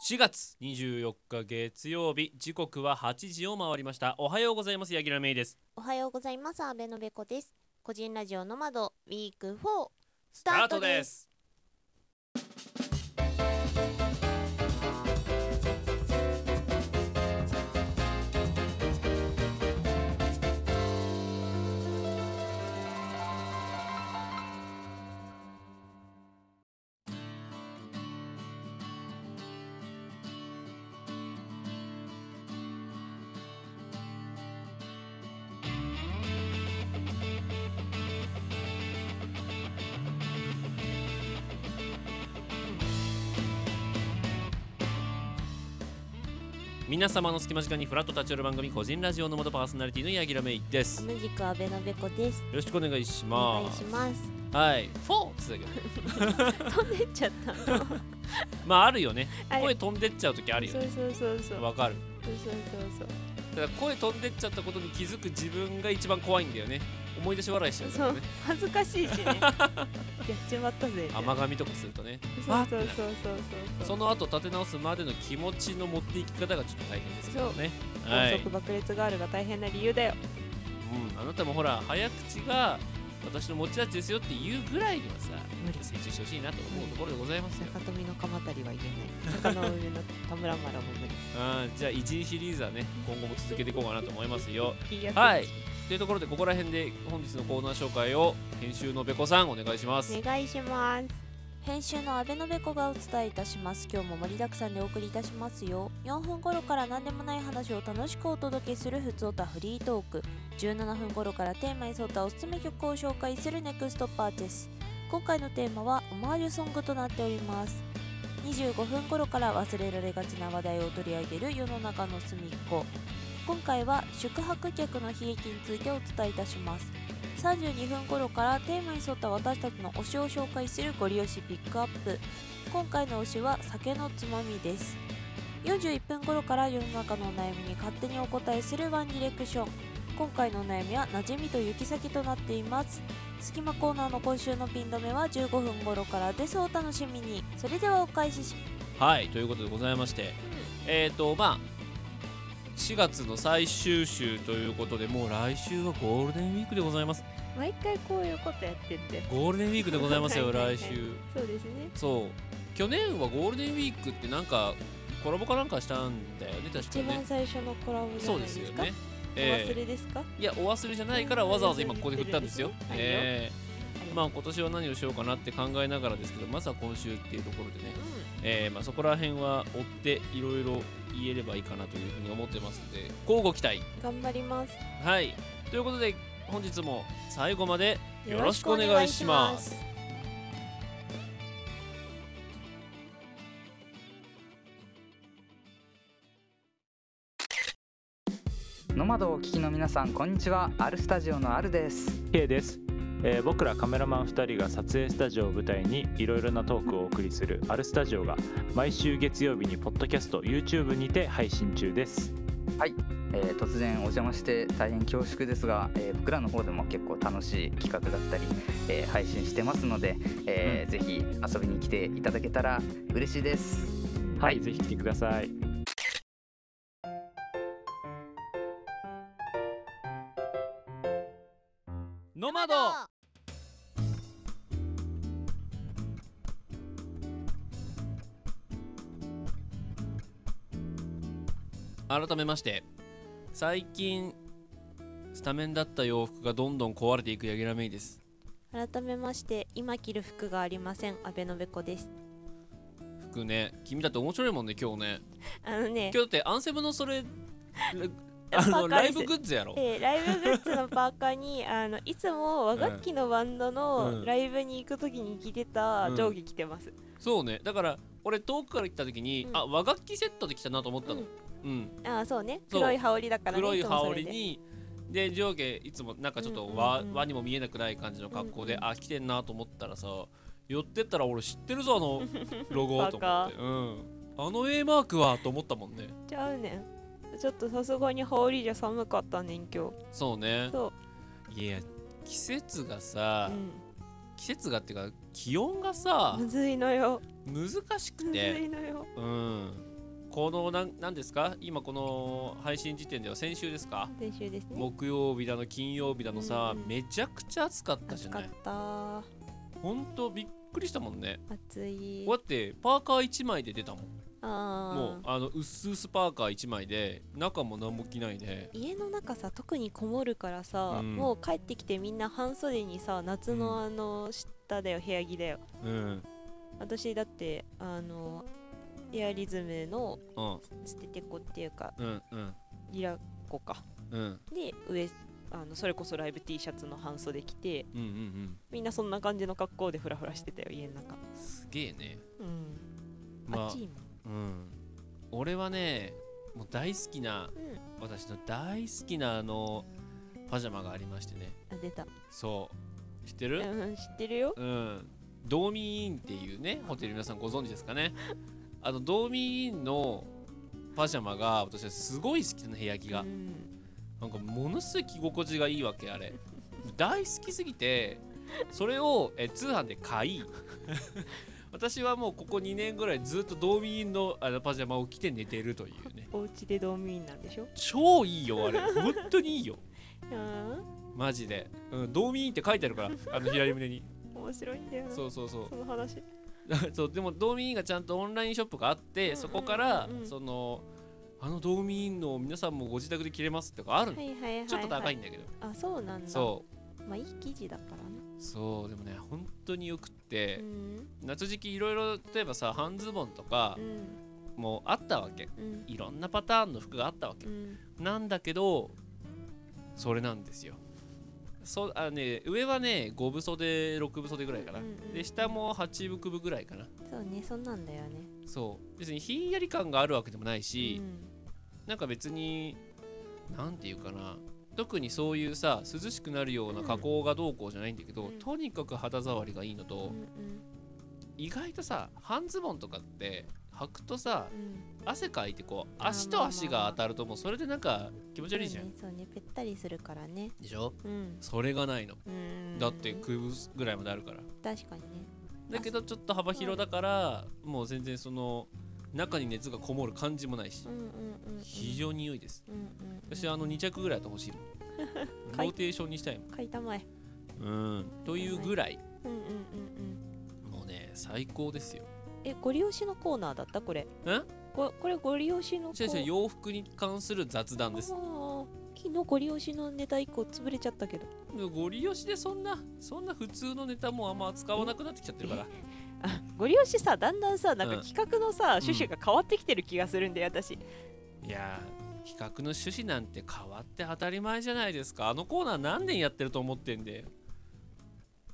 4月24日月曜日時刻は8時を回りましたおはようございます柳楽芽衣ですおはようございます。阿部のべこです。個人ラジオの窓ウィーク4ススタートです。す皆様の隙間時間にフラット立ち寄る番組個人ラジオの元パーソナリティの柳楽芽衣ですよ同じく阿部のべこです。ろしくお願いしお願まいすします。はいフォーって言ってたけど飛んでっちゃった。 まああるよねあれ声飛んでっちゃう時あるよねそうそうそうそう。わかるそうそうただ声飛んでっちゃったことに気づく自分が一番怖いんだよね思い出し笑いしちゃうからそうね恥ずかしいし ね。やっちまったぜ。甘噛みとかするとねそうそうそうそうそう。その後立て直すまでの気持ちの持っていき方がちょっと大変ですけどねは高い、う速爆裂ガールが大変な理由だよ。ん、あなたもほら早口が私の持ち味ですよって言うぐらいにはさ無理成長してほしいなと思うところでございますよ、中富の鎌足りは言えない。坂の上の田村丸も無理。 あーじゃあ一日シリーズはね今後も続けていこうかなと思います よ言いやすはいというところでここら辺で本日のコーナー紹介を編集のべこさんお願いします、お願いします。編集の阿部のべこがお伝えいたします今日も盛りだくさんでお送りいたしますよ4分頃から何でもない話を楽しくお届けするふつおたフリートーク17分頃からテーマに沿ったおすすめ曲を紹介するネクストパーチェス今回のテーマはオマージュソングとなっております25分頃から忘れられがちな話題を取り上げる世の中の隅っこ今回は宿泊客の悲劇についてお伝えいたします32分頃からテーマに沿った私たちの推しを紹介するご利用しピックアップ今回の推しは酒のつまみです41分頃から世の中のお悩みに勝手にお答えするワンディレクション今回のお悩みは馴染みと行き先となっています隙間コーナーの今週のピン止めは15分頃からですお楽しみにそれではお返ししはいということでございまして、えっ、ー、とまあ4月の最終週ということでもう来週はゴールデンウィークでございます毎回こういうことやってって。ゴールデンウィークでございますよはいはいはい来週そうですね。そう去年はゴールデンウィークってなんかコラボかなんかしたんだよね確か一番ね最初のコラボじゃそうないでですすよか。ねお忘えれですか。ーいやお忘れじゃないからわざわざ今ここで振ったんですよ、はいえーはいまあ今年は何をしようかなって考えながらですけどまずは今週っていうところでね、えーまあ、そこら辺は追っていろいろ言えればいいかなというふうに思ってますので交互期待頑張ります。はいということで本日も最後までよろしくお願いします。ノマドをお聞きの皆さんこんにちはアルスタジオのアルです K です、えー僕らカメラマン2人が撮影スタジオを舞台にいろいろなトークをお送りする「アルスタジオ」が毎週月曜日にポッドキャスト YouTube にて配信中ですえー突然お邪魔して大変恐縮ですが、えー僕らの方でも結構楽しい企画だったり、えー配信してますので、えーぜひ遊びに来ていただけたら嬉しいですはい、ぜひ来てくださいノマド改めまして最近スタメンだった洋服がどんどん壊れていく柳楽芽衣です改めまして、今着る服がありません。阿部のべこです。服ね君だって面白いもんね今日ねあの今ね日、だってアンセムの それパあーカのーライですブグッズやろえーライブグッズのパーカーに あのいつも和楽器のバンドうんのライブに行くときに着てたうん上下着てます。そうねだから俺遠くから来た時に、うんあ和楽器セットで来たなと思ったのうんうんあーそうね。そう黒い羽織だからね。黒いつも羽それ織で。にで上下いつもなんかちょっうんうんとうん和,、和にも見えなくない感じの格好で、うんあ来てんなと思ったらさ寄ってったら俺知ってるぞあ のロゴと思バって、うん、あの A マークはと思ったもんねちゃうねん。ちょっとさすがに羽織じゃ寒かったねん今日。そうねそいや季節がさ、う。季節がっていうか気温がさうん。むずいのよ。難しくむずていのよ。うんこのなんなんですか今この配信時点では先週ですか先週ですね木曜日だの金曜日だのさうんめちゃくちゃ暑かったじ暑ゃかなっいたほんとびっくりしたもんね暑いだってパーカー1枚で出たもんあーもうあのうっすうすパーカー1枚で中も何も着ないで家の中さ特にこもるからさ、うんもう帰ってきてみんな半袖にさ夏うんのあの下だよ部屋着だようん私だってあのエアリズムのうん捨ててこっていうかうんうんリラコかうんで上あのそれこそライブ T シャツの半袖着てうんうんうんみんなそんな感じの格好でフラフラしてたよ家の中すげえねうん、ま暑いもんあうん俺はねもう大好きな、うん私の大好きなあのパジャマがありましてねあ出た、そう知ってうるん、知ってるようん、ドーミーインっていうねホテル皆さんご存知ですかねあのドーミーインのパジャマが私はすごい好きな部屋着がうんなんかものすごい着心地がいいわけあれ大好きすぎてそれをえ通販で買い 私はもうここ2年ぐらいずっとドーミーインのあのパジャマを着て寝てるというねお家でドームインなんでしょ超いいよあれ本当にいいようんマジで、うん、ドーミーインって書いてあるからあの左胸に面白いんだよなそうそうそうその話 そうでもドーミーインがちゃんとオンラインショップがあって、うんそこから、うんうんそのあのドーミーインの皆さんもご自宅で着れますとかあるの、はいはいはい、はい、ちょっと高いんだけど、あそうなんだそまあいい生地だからねうそうでもね本当によくっうて、ん夏時期いろいろ例えばさ半ズボンとかうんもうあったわけうんいろんなパターンの服があったわけ、うんなんだけどそれなんですよそうあのね上はね5分袖6分袖ぐらいかな、うんうんで下も8分首ぐらいかなそうねそんなんだよねそう別にひんやり感があるわけでもないうし、んなんか別になんていうかな特にそういうさ涼しくなるような加工がどうこうじゃないんだけど、うんとにかく肌触りがいいのと、うんうん意外とさ半ズボンとかって履くとさうん汗かいてこうあー足と足が当たるともうそれでなんか気持ち悪いじゃん、そうねそうねぺったりするからねでしょうんそれがないのうんだって首ぐらいまであるから確かにねだけどちょっと幅広だからもう全然その中に熱がこもる感じもないしうんうんうんうん非常に良いですうんうんうん私あの2着ぐらいあってほ しいもんローテーションにしたいもん買いたまえうん、というぐらい、うんうんうんうんもうね、最高ですよ。えご利用しのコーナーだったこれえここれご利用しのコ違う違う、ー洋服に関する雑談ナです。ー昨日ご利用しのネタ一個潰れちゃったけどご利用しでそんな、そんな普通のネタもあんま扱わなくなってきちゃってるから。あご利用しさだんだんさなんうかん企画のさ、趣旨が変わってきてる気がするんで私いやー、企画の趣旨なんて変わって当たり前じゃないですか。あのコーナー何年やってると思ってんで。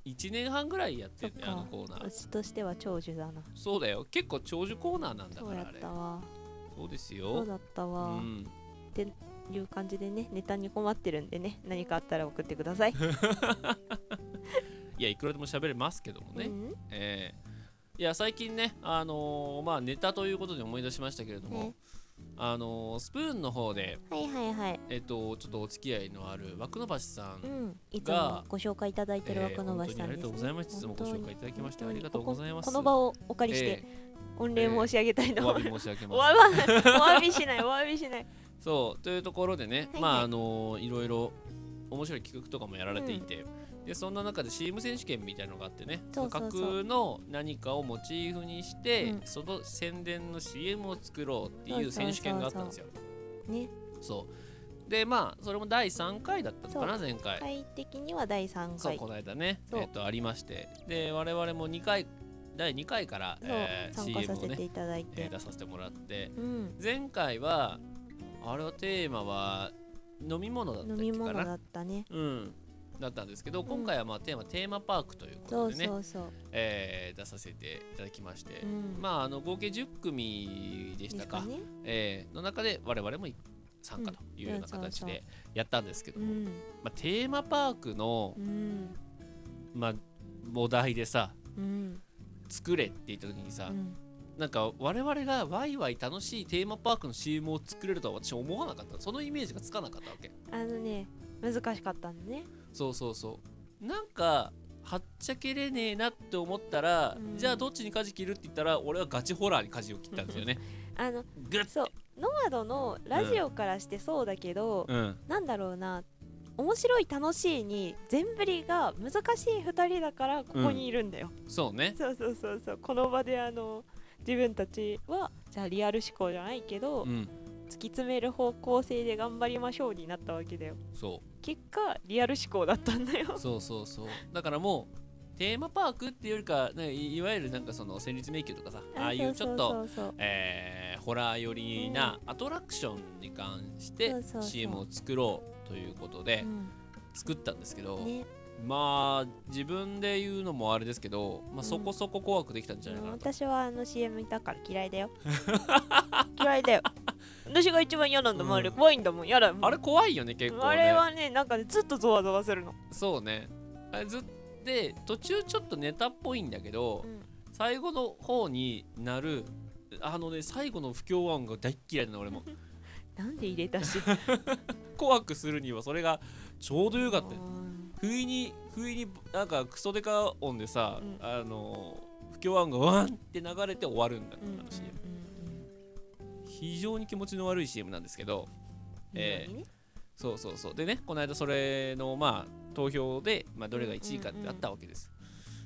1年半ぐらいやってんだよ、あそっかのコーナうー。ちとしては長寿だなそうだよ、結構長寿コーナーなんだそうかやら、あっれた。わそうですそうよ。だったうわ、ん、いう感じでねネタに困ってるんでね何かあったら送ってください、いやいくらでも喋れますけどもね、うんえーいや最近ね、あのーまあ、ネタということで思い出しましたけれどもね、あのースプーンの方で、はいはいはい。えっとちょっとお付き合いのある枠の橋さん、うん、いつもご紹介いただいてるえー枠の本当橋にさあんりでがとうす、ねございましたいつもご紹介いただきましてありがとうございますここの場をお借りして、え御礼申し上げたいーの、お詫び申し上げおます 詫びお詫びしないお詫びしないそうというところでね、はいまああのーいろいろ面白い企画とかもやられていて、でそんな中で CM 選手権みたいなのがあってねそうそうそう架空の何かをモチーフにして、うんその宣伝の CM を作ろうってそいうそううそ選う手権があったんですよ。ねそうでまあそれも第3回だったのかな前回、回的には第3そう回この間ねそうえっとありましてで我々も2回第2回から、そうえー参加さ CM をせてね、いただいて、えー出させてもらってうん前回はあれはテーマは飲み物だった飲っけみか物なだったねうんだったんですけど今回はまあテーマ、テーマパークというそことうでねそうそう、えー出させていただきまして、うんまああの合計10組でしたかねえーの中で我々も参加というような形でやったんですけどうも、んまあ、テーマパークのう、んまあ、お題でさうん作れって言った時にさ、うんなんか我々がワイワイ楽しいテーマパークの CM を作れるとは私思わなかったそのイメージがつかなかったわけあのね難しかったんでねそうそうそうなんかはっちゃけれねえなって思ったら、うんじゃあどっちに舵切るって言ったら俺はガチホラーに舵を切ったんですよねあのグッそうノマドのラジオからしてそうだけど、うんなんだろうな面白い楽しいに全振りが難しい2人だからここにいるんだよ、そうねそうそうそうそうこの場であの自分たちはじゃあリアル思考じゃないけど、うん突き詰める方向性で頑張りましょうになったわけだよそ結果リアル思考だったんだようそうそうそうだからもうテーマパークっていうよりかねいいわゆるなんかその戦慄迷宮とかさ ああいうちょっとそうそうそうえーホラー寄りなアトラクションに関してそうそうそう CM を作ろうということで作ったんですけど、ねまあ自分で言うのもあれですけど、まあ、そこそこ怖くできたんじゃないかなと、私はあの CM いたから嫌い だよ嫌いだよ私が一番嫌なんだもん、あれうん怖いんだもん嫌だもんあれ怖いよね結構ねあれはねなんかねずっとゾワゾワするのそうねあれずで途中ちょっとネタっぽいんだけど、うん最後の方になるあのね最後の不協和音が大っ嫌いなの俺もなんで入れたし怖くするにはそれがちょうどよかったようん不意に不意になんかクソデカ音でさ、うんあの不協和音がワンって流れて終わるんだかうんら、CM 非常に気持ちの悪い CM なんですけどえーうんうんうんそうそうそうでねこの間それのまあ投票で、まあ、どれが1位かってあったわけです、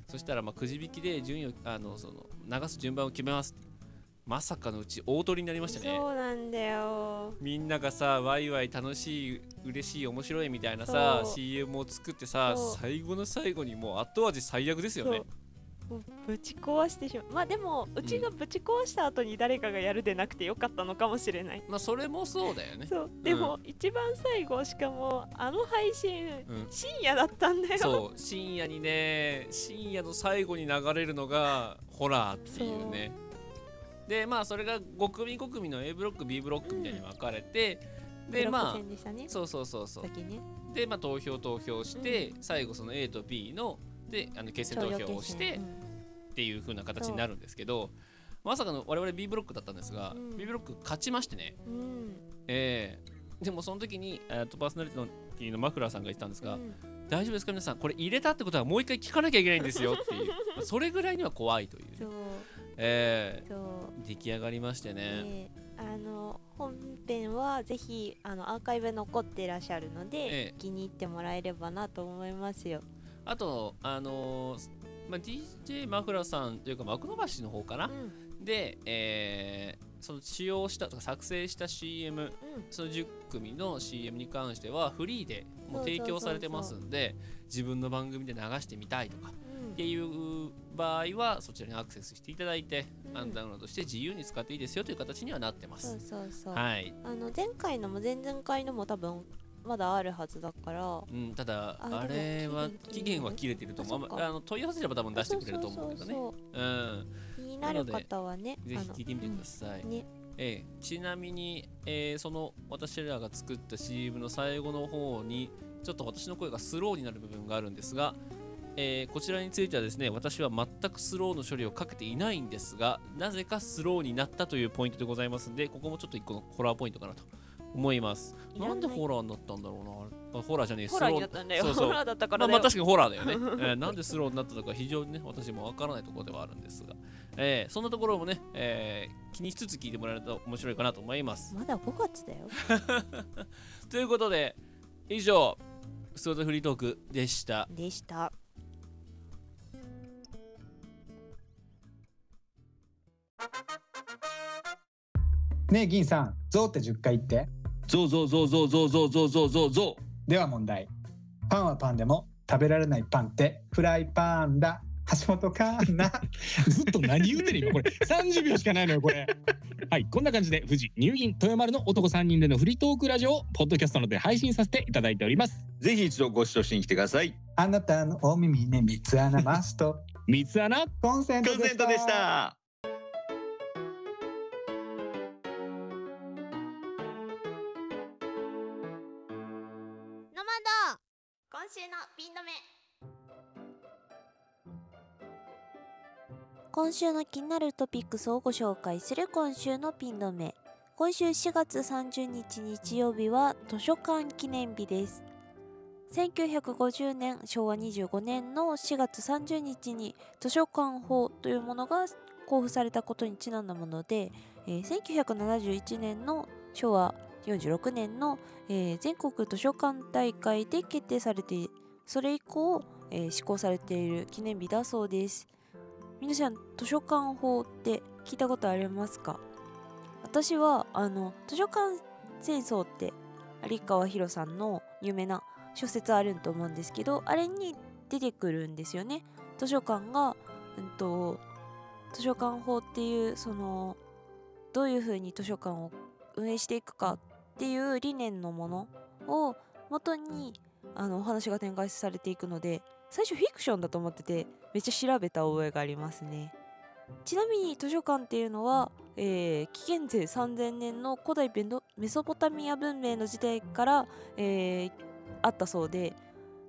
そしたらまあくじ引きで順位をあのその流す順番を決めますってまさかのうち大取りになりましたねそうなんだよみんながさワイワイ楽しい嬉しい面白いみたいなさそう CM を作ってさそう最後の最後にもう後味最悪ですよねそうもうぶち壊してしまうまあでもうちがぶち壊した後に誰かがやるでなくてよかったのかもしれないまあそれもそうだよねそうでも、一番最後しかもあの配信、うん深夜だったんだよそう深夜にね深夜の最後に流れるのがホラーっていうねでまあそれが5組5組の A ブロック B ブロックみたいに分かれて、でま戦でしたねあそうそうそうそう先ねでまあ投票投票して、最後その A と B のであの決選投票をしてっていう風な形になるんですけどまさかの我々 B ブロックだったんですが、うん B ブロック勝ちましてねうん、うんえーでもその時に、えー、とパーソナリティのマフラーさんが言ってたんですが、大丈夫ですか皆さんこれ入れたってことはもう一回聞かなきゃいけないんですよっていうまあ それぐらいには怖いという,、そうえそうー出来上がりましてね、ええあの本編はぜひあのアーカイブ残ってらっしゃるので、ええ気に入ってもらえればなと思いますよ。あとあのーまあ、DJ マフラーさんというか幕伸ばしの方かな、うんで、えーその使用したとか作成した CM その10組の CM に関してはフリーでもう提供されてますんで自分の番組で流してみたいとかうんっていう場合はそちらにアクセスしていただいて、うんアンダウンロードして自由に使っていいですよという形にはなってまそすう。そうそう。はい、あの前回のも前々回のも多分まだあるはずだから。うん、ただああれはでも期期限限は切れてると思うあそっかあまあの問い合わせれば多分出してくれると思うけどねそうそううんそうそう気になる方はね、ぜひ聞いてみてくだささい、ね、ええ、ちなみに、えーその私らが作った CM の最後の方にちょっと私の声がスローになる部分があるんですが、えーこちらについてはですね私は全くスローの処理をかけていないんですがなぜかスローになったというポイントでございますのでここもちょっと一個のホラーポイントかなと思いますいらなないんでホラーになったんだろうなあホラーじゃねえホスロラーーになったんだよ。そうそうホラーだったからだまあ、まあよ。確かにホラーだよね、えーなんでスローになったのか非常にね私もわからないところではあるんですが、えーそんなところもね、えー気にしつつ聞いてもらえると面白いかなと思いますまだ5月だよ。ということで以上「ストートフリートーク」でしたでした。ねえ銀さんゾウって10回言ってゾウゾウゾウゾウゾウゾウゾウゾウゾウゾでは問題パンはパンでも食べられないパンってフライパンだ橋本環 奈ウずっと何言うてる今これ30秒しかないのよこれはいこんな感じで富士乳銀豊丸の男3人でのフリートークラジオをポッドキャストので配信させていただいておりますぜひ一度ご視聴しに来てください。あなたのお耳に三つ穴マスト三つ穴コンセンコトンセントでした。ノマド今週のピン止め今週の気になるトピックスをご紹介する今週のピン止め今週4月30日日曜日は図書館記念日です1950年昭和25年の4月30日に図書館法というものが公布されたことにちなんだものでえー1971年の昭和46年の、えー全国図書館大会で決定されてそれ以降、えー施行されている記念日だそうです皆さん図書館法って聞いたことありますか私はあの図書館戦争って有川博さんの有名な小説あると思うんですけどあれに出てくるんですよね図書館が、うん、と図書館法っていうそのどういうふうに図書館を運営していくかっていう理念のものを元にあのお話が展開されていくので最初フィクションだと思っててめっちゃ調べた覚えがありますねちなみに図書館っていうのは、えー紀元前3000年の古代ベノメソポタミア文明の時代から、えーあったそうで、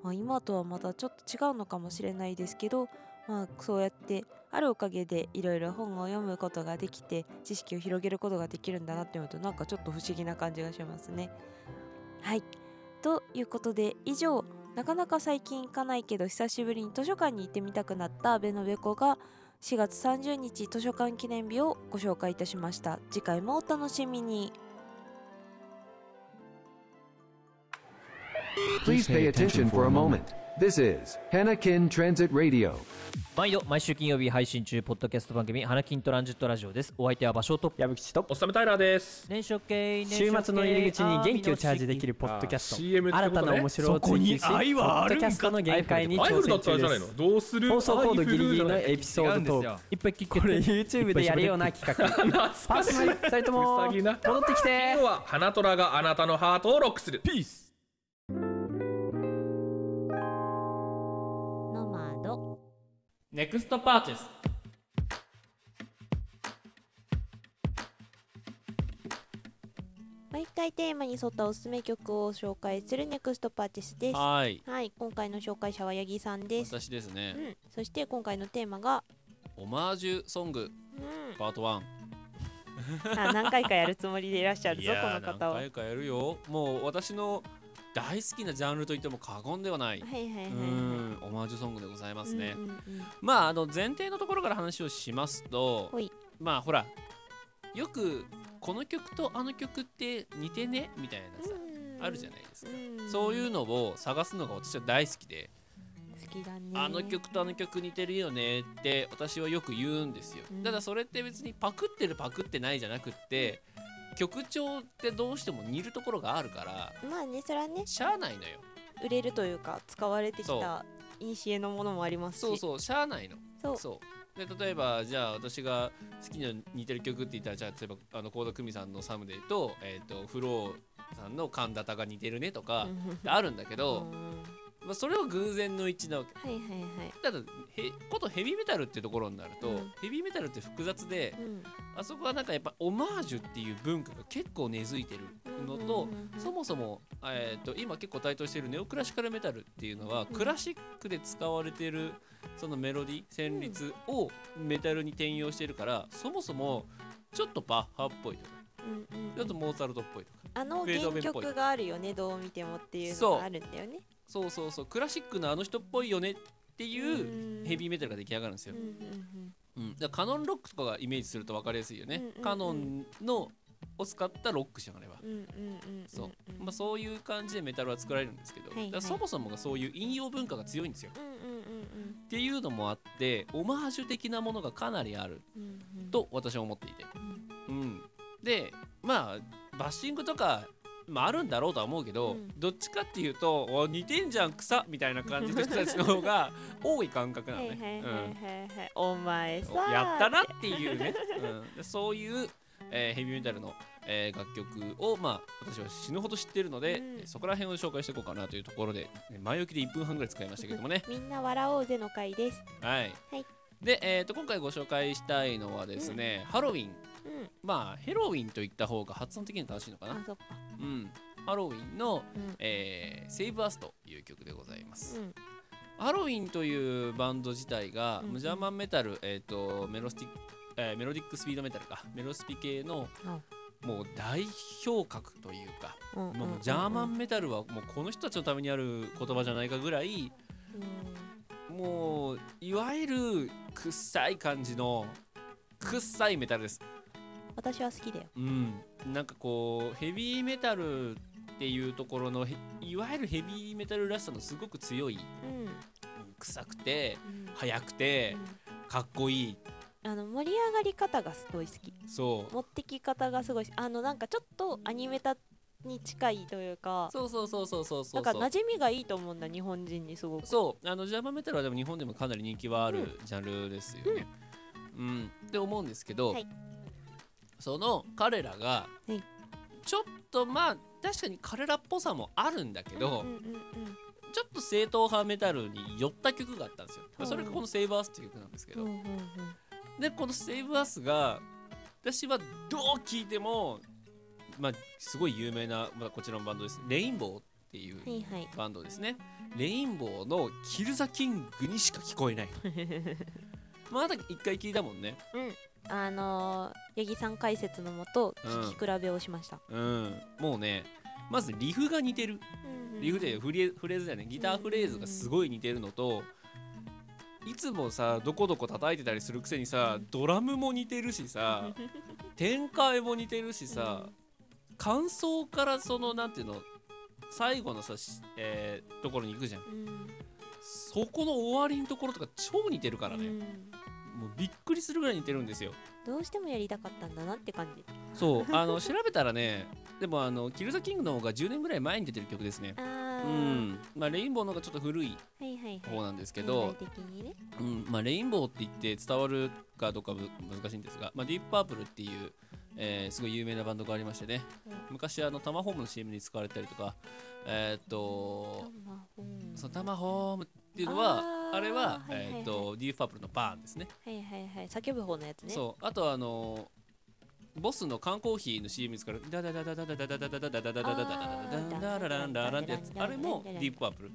まあ、今とはまたちょっと違うのかもしれないですけど、まあ、そうやってあるおかげでいろいろ本を読むことができて知識を広げることができるんだなって思うとなんかちょっと不思議な感じがしますね。はいということで以上なかなか最近行かないけど久しぶりに図書館に行ってみたくなった阿部のべこが4月30日図書館記念日をご紹介いたしました次回もお楽しみに Please pay attention for a moment. This is Hanakin Transit Radio. 毎度毎週金曜日配信中ポッドキャスト番組「花金トランジットラジオ」ですお相手は場所と矢吹とおっさめタイラーです年初系週末の入り口に元気をチャージできるポッドキャストあ CM ってこと新ねたな面白を追求しそこに愛はあるポッドんかキャストの限界にアイ挑ドルだ戦ったら中じゃなでいすのどうする放送コードギリギリのアイフルーエピソードトークいっぱい聞けこれ YouTube でやるような企 画だ懐パーかしソいナリティ2人ともうさぎ戻なってきて今日は花虎があなたのハートをロックするピースノマドネクストパーチェス毎回テーマに沿ったおすすめ曲を紹介するネクストパーティスです。ははいい、今回の紹介者は八木さんです。私ですうねん、そして今回のテーマが、オマージュソングうパート1ん、あ何回かやるつもりでいらっ しゃるいぞやこーの方は。は何い回かやるよもう私の大好きなジャンルといっても過言ではないはいはいうはい。んオマージュソングでございますね、うんうんうんまああの前提のところから話をしますとほいまあほらよくこの曲とあの曲って似てねみたいなさあるじゃないですかうんそういうのを探すのが私は大好きで好きだね。あの曲とあの曲似てるよねって私はよく言うんですよ、うんただそれって別にパクってるパクってないじゃなくって曲調ってどうしても似るところがあるからまあねそれはねしゃあないのよ売れるというか使われてきそた古のものもありますし。そうそうしゃあないのそうそうで例えばじゃあ私が好きな似てる曲って言ったらじゃあ例えばあの倖田來未さんの「サムデイと」えーとフローさんの「カンダタが似てるねとかうんうんあるんだけうど、んまあ、それは偶然の一致なわけはいはいはい。ただへことヘビーメタルってところになると、うんヘビーメタルって複雑でうんあそこはなんかやっぱオマージュっていう文化が結構根付いてるのと、うんうんうんそもそも、えー、と今結構台頭しているネオクラシカルメタルっていうのは、クラシックで使われているそのメロディ旋律をメタルに転用してるからそもそもちょっとバッハっぽいとかうんうんうんちょっとモーツァルトっぽいとかあのフェードアウェ原イっぽい曲があるよねどう見てもっていうのそうがあるんだよねそうそうそうクラシックのあの人っぽいよねっていうヘビーメタルが出来上がるんですようん。うんうん、だからカノンロックとかがイメージすると分かりやすいよね。うんうんうんカノンのを使ったロックじゃんあれば。うんうんうんうんうんそううんまあ、そういう感じでメタルは作られるんですけど、はいはいだからそもそもがそういう引用文化が強いんですよ。うんうんうんっていうのもあってオマージュ的なものがかなりあるうんうんうんと私は思っていて、うん、でまあバッシングとか、まあ、あるんだろうとは思うけど、うんどっちかっていうとお似てんじゃん草みたいな感じの人たちの方が多い感覚なはのいね。はいはいうんはいはいお前さやったなっていうね、うんで、そういう、えーヘビーメタルの、えー楽曲を、まあ、私は死ぬほど知ってるので、うんえーそこら辺を紹介していこうかなというところでね前置きで1分半ぐらい使いましたけどもねみんな笑おうぜの回ですはい、はいで、えー、と今回ご紹介したいのはですね、ハロウィンうんまあヘロウィンといった方が発音的に正しいのかあな、そっかうん、ハロウィンの、うんえー、セイブアスという曲でございますう、んハロウィンというバンド自体が、うんうんジャーマンメタル、えー、とメロスティック、えーメロディックスピードメタルかメロスピ系の、もう代表格というか、うんうんもうジャーマンメタルはもうこの人たちのためにある言葉じゃないかぐらいうんもういわゆる臭い感じの臭いメタルです私は好きだようん、なんかこうヘビーメタルっていうところのへいわゆるヘビーメタルらしさのすごく強いうん臭くて速くてかっこいいあの盛り上がり方がすごい好きそう持ってき方がすごいしあのなんかちょっとアニメタに近いというかそうそうそうそうそうそなうんか馴染みがいいと思うんだ日本人にすごくそうあのジャパンメタルはでも日本でもかなり人気はあるジャンルですよね。うん、って思うんですけど、はいその彼らがはいちょっとまあ確かに彼らっぽさもあるんだけど、うんうんうんちょっと正統派メタルに寄った曲があったんですよ。うんそれがこの「セイバース」っていう曲なんですけど、うんうんうんでこの「セイバース」が私はどう聴いても、まあ、すごい有名な、まあ、こちらのバンドですレインボーっていうはいはいバンドですね。レインボーのキルザキングにしか聞こ えない。まだ一回聞いたもんね。うんあのー、八木さん解説のもとうん聞き比べをしました、うん。もうね、まずリフが似てる。リフでフレフレーズだよね。ギターフレーズがすごい似てるのと、いつもさ、どこどこ叩いてたりするくせにさ、ドラムも似てるしさ、展開も似てるしさ、感想からその、なんていうの、最後のさ、しえーところに行くじゃん。そこの終わりのところとか超似てるからね。もうびっくりするぐらい似てるんですよ。どうしてもやりたかったんだなって感じそう、 あの調べたらね、でもあのキルザキングの方が10年ぐらい前に出てる曲ですね。あうー、ん、まあレインボーの方がちょっと古いはいはいはい方なんですけど年、代的にねうん、まあレインボーって言って伝わるかどうかむ難しいんですが、まあディープパープルっていう。えーすごい有名なバンドがありましてね、昔あのタマホームの CM に使われたりとかえーっとそうタマホームっていうのはああーれは、はいはいはいえーっとディープパープルのバーンですねはいはいはい叫ぶ方のやつねそうあとあのーボスの缶コーヒーの CM ですからダダダダダダダダダダダダダダダダダダダダランラランってやつあれもディープパープル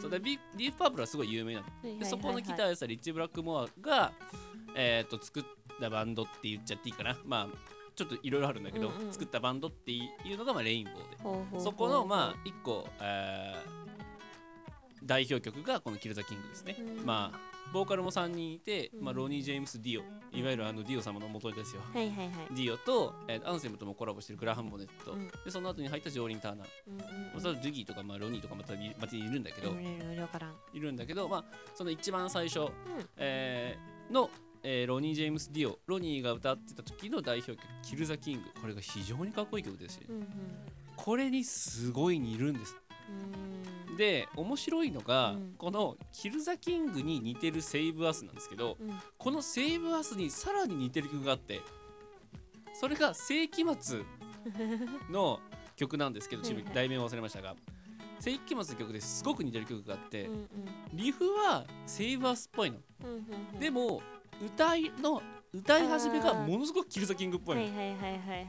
そうでビディープパープルはすごい有名なのでそこのギターやさリッチ・ブラックモアがえっと作ったバンドって言っちゃっていいかなまあちょっといろいろあるんだけどうんうん作ったバンドっていうのがまあレインボーでほうほうほうそこのまあ一個えー代表曲がこの「キル・ザ・キング」ですねうんまあボーカルも3人いて、まあ、うんロニー・ジェームス・ディオいわゆるあのディオ様の元ですよ、はいはいはいディオと、えーアンセムともコラボしてるグラハン・ボネット、うんでその後に入ったジョーリン・ターナー、うんうんまあそれはドゥギーとか、まあ、ロニーとかまたにまたいるんだけど、うん了解らんいるんだけど、まあ、その一番最初、えーの、えーロニー・ジェームス・ディオロニーが歌ってた時の代表曲「キル・ザ・キング」これが非常にかっこいい曲ですし、うんうんこれにすごい似るんです。で面白いのが、この「キル・ザ・キング」に似てる「セイブ・アス」なんですけど、うんこの「セイブ・アス」にさらに似てる曲があってそれが世紀末の曲なんですけどちょっはいはとい題名を忘れましたが世紀末の曲ですごく似てる曲があって、うんうんリフはセイブ・アスっぽいの、うんうんうんでも歌いの歌い始めがものすごくキル・ザ・キングっぽいはの、いはいはいはいはいはい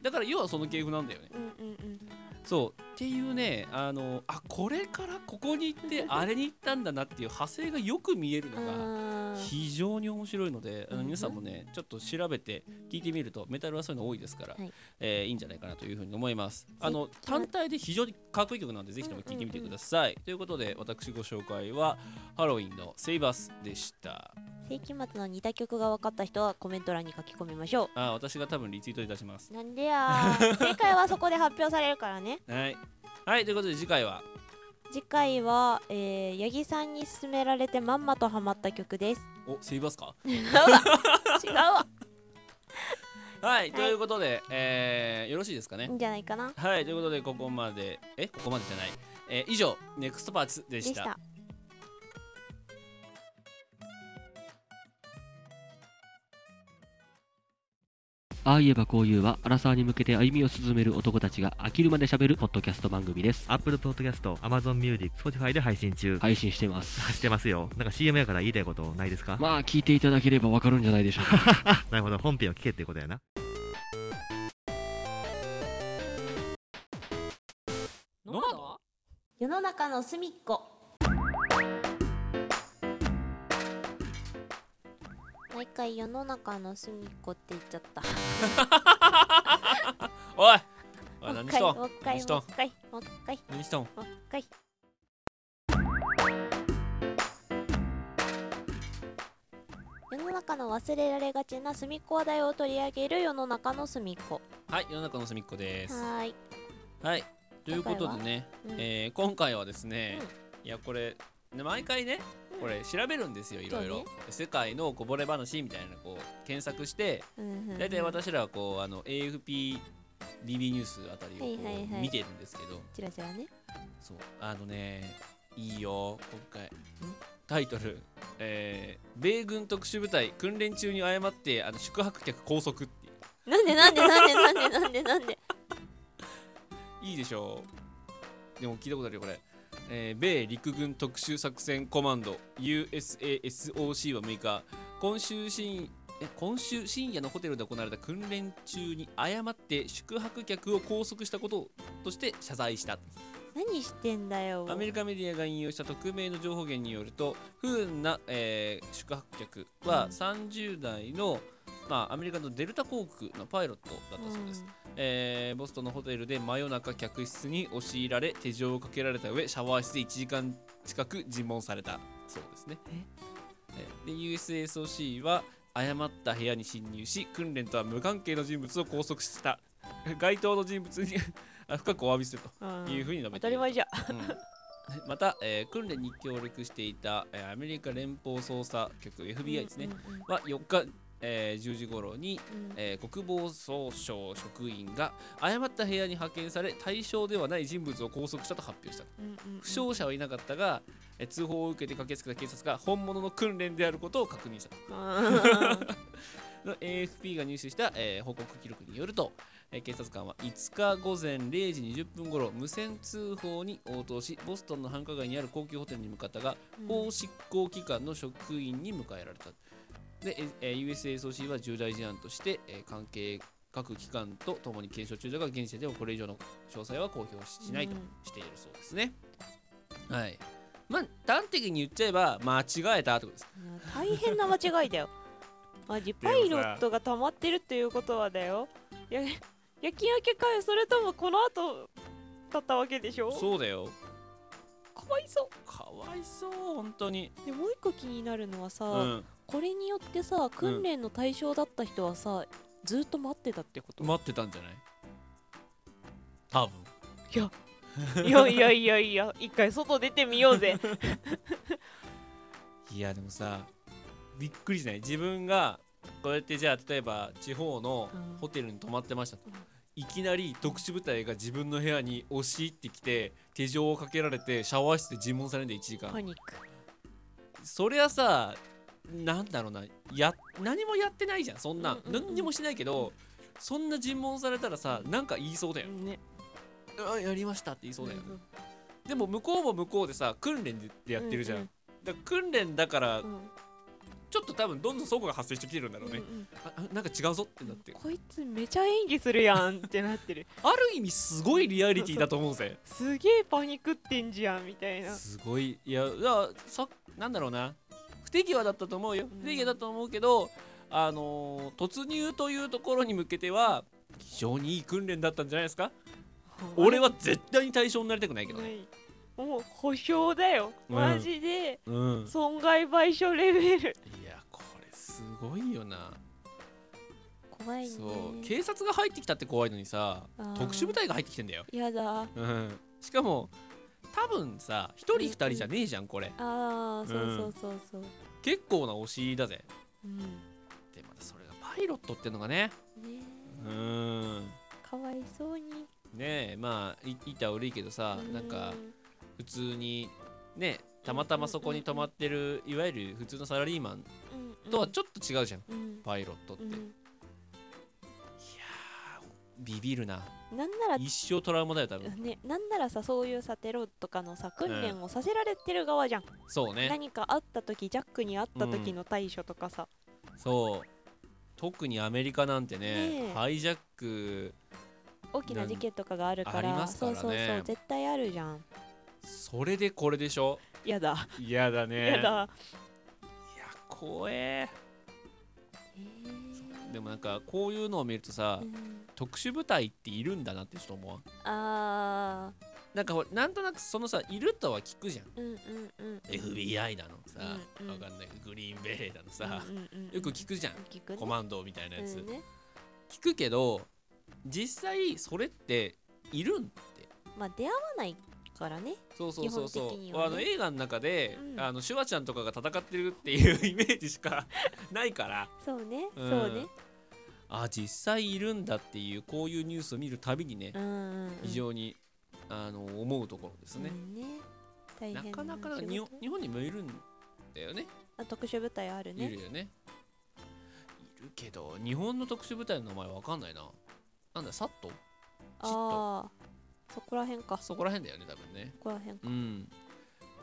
だから要はその系譜なんだよねうんうんうんそうっていうねあのあこれからここに行ってあれに行ったんだなっていう派生がよく見えるのが非常に面白いのであの皆さんもねちょっと調べて聞いてみるとメタルはそういうの多いですから、いえーいいんじゃないかなというふうに思いますあの単体で非常にかっこいい曲なんでぜひとも聞いてみてください、ということで私ご紹介はハロウィンの「セイバス」でした世紀末の似た曲が分かった人はコメント欄に書き込みましょあ私が多分リツイートいたしますうなんでやー正解はそこで発表されるからねはい、はい、ということで次回は次回は、えー、八木さんに勧められてまんまとハマった 曲ですおセイバスか違うわはい、ということで、えーよろしいですかねいいんじゃないかなはい、ということで、ここまで、え、ここまでじゃない。えー以上、ネクストパーツでした。ああ言えばこう言うは、アラサーに向けて歩みを進める男たちが飽きるまで喋るポッドキャスト番組です。 Apple Podcast、Amazon Music、Spotify で配信中。配信してます。してますよ。なんか CM やから言いたいことないですかまあ、聞いていただければわかるんじゃないでしょうか。 なるほど、本編を聞けってことやな。ノマド世の中の隅っこ毎回世の中の隅っこって言っちゃったおいおいもう何一し回とんもう一回何しともんう一回もう一回何しとんもう一回世の中の忘れられがちな隅っこ話題を取り上げる世の中の隅っこはい世の中の隅っこですはーいはいということでね、今回はうんえー今回はですね、いやこれね毎回ねこれ調べるんですよいろいろ、そうね世界のこぼれ話みたいなのこう検索してうんうんうん大体私らはこうあの AFP DB ニュースあたりをこうはいはいはい見てるんですけど、チラチラねそうあのねいいよ今回タイトル、えー米軍特殊部隊訓練中に誤ってあの宿泊客拘束」っていうなんでなんでなんでなんでなんで なんでいいでしょうでも聞いたことあるよこれ、えー米陸軍特殊作戦コマンド USASOC は6日今週深え今週深夜のホテルで行われた訓練中に誤って宿泊客を拘束したことをとして謝罪した何してんだよアメリカメディアが引用した匿名の情報源によると不運な、えー宿泊客は30代の、まあ、アメリカのデルタ航空のパイロットだったそうです、えーボストンのホテルで真夜中客室に押し入られ手錠をかけられた上シャワー室で1時間近く尋問されたそうですねえーで USSOC は誤った部屋に侵入し訓練とは無関係の人物を拘束した 該当の人物に あ深くお詫びするというふうに述べている当たり前じゃんうん また、えー訓練に協力していた、えーアメリカ連邦捜査局 FBI ですね、は4日、えー10時頃に、えー国防総省職員が誤った部屋に派遣され対象ではない人物を拘束したと発表した、負傷者はいなかったが、えー通報を受けて駆けつけた警察が本物の訓練であることを確認した の AFP が入手した、えー報告記録によると、えー警察官は5日午前0時20分頃無線通報に応答しボストンの繁華街にある高級ホテルに向かったがうん法執行機関の職員に迎えられたで、えー USASOC は重大事案として、えー関係各機関とともに検証中だが現時点ではこれ以上の詳細は公表しないとうんしているそうですね、はいまあ端的に言っちゃえば間違えたってことです大変な間違 いだよマジでもパさイロットが溜まってるっていうことはだよや夜勤明けかよそれともこの後だったわけでしょそうだよかわいそうかわいそう本当にでもう一個気になるのはさ、うんこれによってさ訓練の対象だった人はさ、ずっと待ってたってこ待ってたんじゃない多分いやといやいやいやいや一回外出てみようぜいやでもさびっくりしない自分がこうやってじゃあ例えば地方のホテルに泊まってましたと、いきなり特殊部隊が自分の部屋に押し入ってきて手錠をかけられてシャワー室で尋問されるんで1時間パニックそりゃさなんだろうなや何もやってないじゃんそんなん,、何にもしてないけどそんな尋問されたらさなんか言いそうだよ、あやりましたって言いそうだよ、でも向こうも向こうでさ訓練でやってるじゃん、うんうんだから訓練だから、ちょっと多分どんどん相互が発生してきてるんだろうね、ああなんか違うぞってなってこいつめちゃ演技するやんってなってるある意味すごいリアリティだと思うぜすげえパニックってんじゃんみたいなすごいいやだからさなんだろうな不手際だったと思うよ不手際だと思うけど、あのー突入というところに向けては非常にいい訓練だったんじゃないですか俺は絶対に対象になりたくないけどねないもう保証だようんマジで、うん損害賠償レベルすごいよな怖いねそう警察が入ってきたって怖いのにさあー特殊部隊が入ってきてんだよ、やだうん、しかも多分さ1人2人じゃねえじゃんこれあーそううんそうそうそう、結構な推しだぜうんでまたそれがパイロットってのがねねうーんかわいそうにねえまあい言いた悪いけどさうんなんか普通にねたまたまそこに泊まってるいわゆる普通のサラリーマンとはちょっと違うじゃん、うんパイロットって、うんビビるななんなら一生トラウマだよ多分ね、なんならさそういうさテロとかのさ訓練をさせられてる側じゃん、そうね何かあった時ジャックにあった時の対処とかさ、そう特にアメリカなんてねねえハイジャック大きな事件とかがあるからありますからねそうそうそう絶対あるじゃんそれでこれでしょやだ嫌だねやだ怖えでもなんかこういうのを見るとさ、特殊部隊っているんだなってちょっと思わんあなんかほらなんとなくそのさいるとは聞くじゃんーうんうんうん FBI なのさ、うんうんわかんないグリーンんべえだのさ、うんうんうんうんよく聞くじゃん、聞くねコマンドみたいなやつ、うんね聞くけど実際それっているんまあ出会わないからねそうそうそう基本そ的にう、はあのね映画の中で、うんあのシュワちゃんとかが戦ってるっていうイメージしか ないからそうね、うんそうねあ実際いるんだっていうこういうニュースを見るたびにね、うんうんうん非常にあの思うところですね、うんね大な変かなか仕事日本日本にもいるんだよねあ特殊部隊あるねいるよねいるけど日本の特殊部隊の名前わかんないななんだサットああそこら辺かそこら辺だよね多分ねここら辺かうん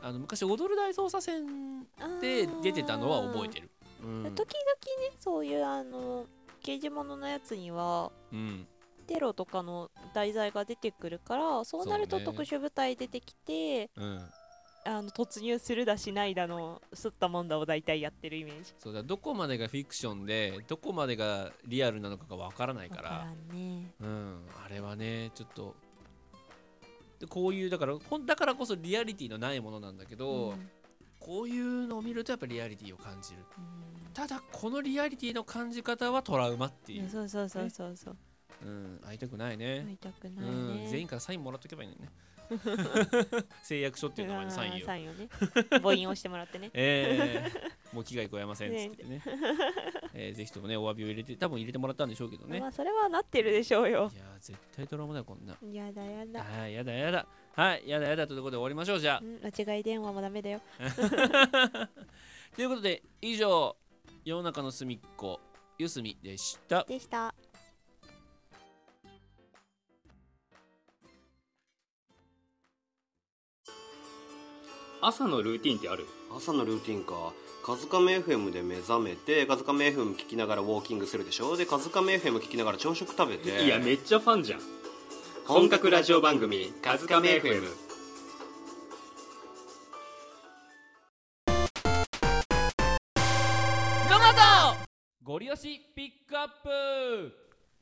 あの昔踊る大捜査線で出てたのは覚えてるうん時々ねそういうあの刑事もののやつにはうんテロとかの題材が出てくるからそうなるとそうね特殊部隊出てきて、うんあの突入するだしないだのすったもんだを大体やってるイメージそうだどこまでがフィクションでどこまでがリアルなのかがわからないからねうんあれはねちょっとでこういうだからほんだからこそリアリティのないものなんだけど、うんこういうのを見るとやっぱりリアリティを感じる、ただこのリアリティの感じ方はトラウマっていう、そうそうそうそうそううん、会いたくないね会いたくないねうん、全員からサインもらっとけばいいの にね誓約書っていう名前にサインあーをサ インをね母音をしてもらってねええもう危害加えませんっつってね えーぜひともねお詫びを入れて多分入れてもらったんでしょうけどねまあそれはなってるでしょうよいやー絶対トラウマだよこんなやだやだ、はい、やだやだ。はい、やだやだということで終わりましょう、じゃあう。ん、間違い電話もダメだよということで、以上、世の中の隅っこ、ゆすみでした。でした朝のルーティンってある朝のルーティンかカズカメ FM で目覚めてカズカメ FM 聞きながらウォーキングするでしょでカズカメ FM 聞きながら朝食食べていやめっちゃファンじゃん本格ラジオ番組「カズカメ FM」ご利用しピックアップ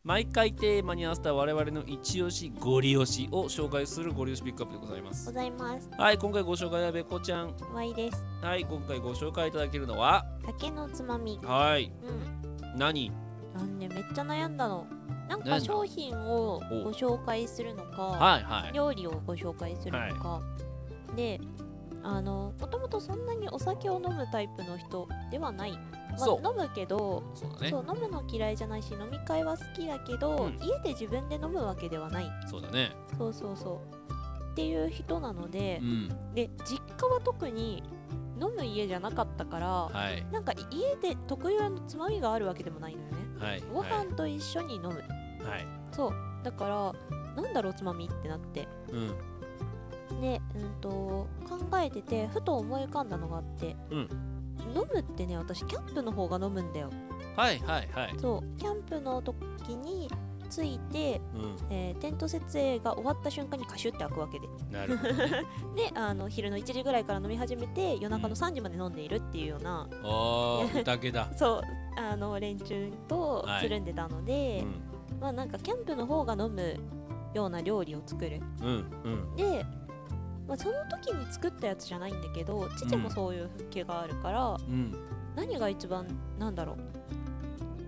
毎回テーマに合わせた我々の一押しご利用しを紹介するご利用しピックアップでございますご。ざいます。はい、今回ご紹介はべこちゃん。わいです。はい、今回ご紹介いただけるのは、酒のつまみ。はい、うん。何なんでめっちゃ悩んだのなん悩かんだ商品をおご紹介するのか、はいはい料理をご紹介するのか、であのもともとそんなにお酒を飲むタイプの人ではない、まあ、そう飲むけどそうだね飲むの嫌いじゃないし飲み会は好きだけど、うん家で自分で飲むわけではないそうだね。そうそうそうっていう人なのでう、ん。で実家は特に飲む家じゃなかったから、はい。なんか家で特有のつまみがあるわけでもないのよねはい。ごは飯と一緒に飲む、い。はい。そうだからなんだろうつまみってなってうん。で、うん、と考えててふと思い浮かんだのがあってうん。飲むってね私キャンプの方が飲むんだよはいはいはい。そうキャンプの時について、うえーテント設営が終わった瞬間にカシュって開くわけでなるほどであの昼の1時ぐらいから飲み始めて夜中の3時まで飲んでいるっていうような、ああ、宴だ。そうあの連中とはいつるんでたので、まあなんかキャンプの方が飲むような料理を作るうんうん。で、まあ、その時に作ったやつじゃないんだけど父もそういう風景があるから、うん。何が一番なんだろう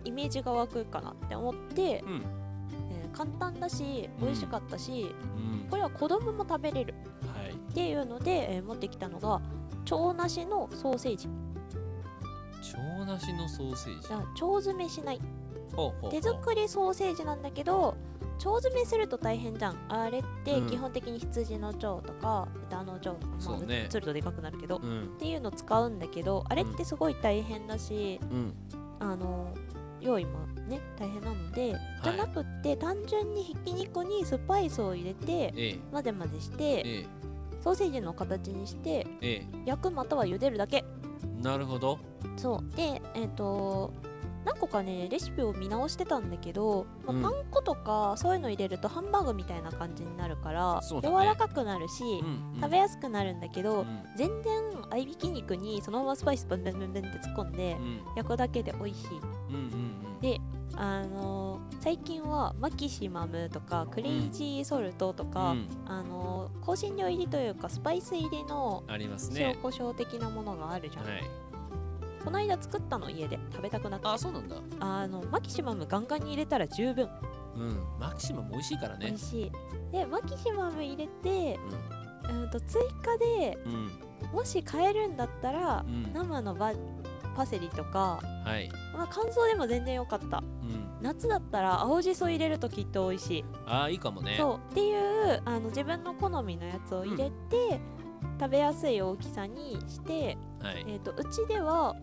イメージが湧くかなって思って、うんえー簡単だし美味しかったし、うんこれは子供も食べれるはい。っていうので、えー持ってきたのが腸なしのソーセージ腸なしのソーセージ。あ腸詰めしないほうほう手作りソーセージなんだけど腸詰めすると大変じゃんあれってうん基本的に羊の腸とか豚の腸とか、まあそうねうつるとでかくなるけど、うんっていうの使うんだけどあれってすごい大変だし、うん。あの用意もね大変なので、じゃなくって単純にひき肉にスパイスを入れて、ええ混ぜ混ぜして、えソーセージの形にしてええ焼くまたは茹でるだけえ。なるほど。そうでえっ、と何個かねレシピを見直してたんだけど、まあうんパン粉とかそういうの入れるとハンバーグみたいな感じになるから、そう柔だねらかくなるし、んうん食べやすくなるんだけど、全然合いびき肉にそのままスパイスブンブンブンブンって突っ込んで、うん焼くだけで美味しい。うんうんであのー最近はマキシマムとかクレイジーソルトとか、うんあのー香辛料入りというかスパイス入りのありますね塩コショウ的なものがあるじゃん、はい。この間作ったの家で食べたくなってあそうなんだあのマキシマムガンガンに入れたら十分うんマキシマム美味しいから美ね味しいでマキシマム入れて、うん、と追加でうんもし買えるんだったら、うん生のバパセリとか、はいまあ、乾燥でも全然良かったうん夏だったら青じそ入れるときっと美味しい、あーいいかもねそうっていうあの自分の好みのやつを入れて、食べやすい大きさにして、はいえー、とうちでは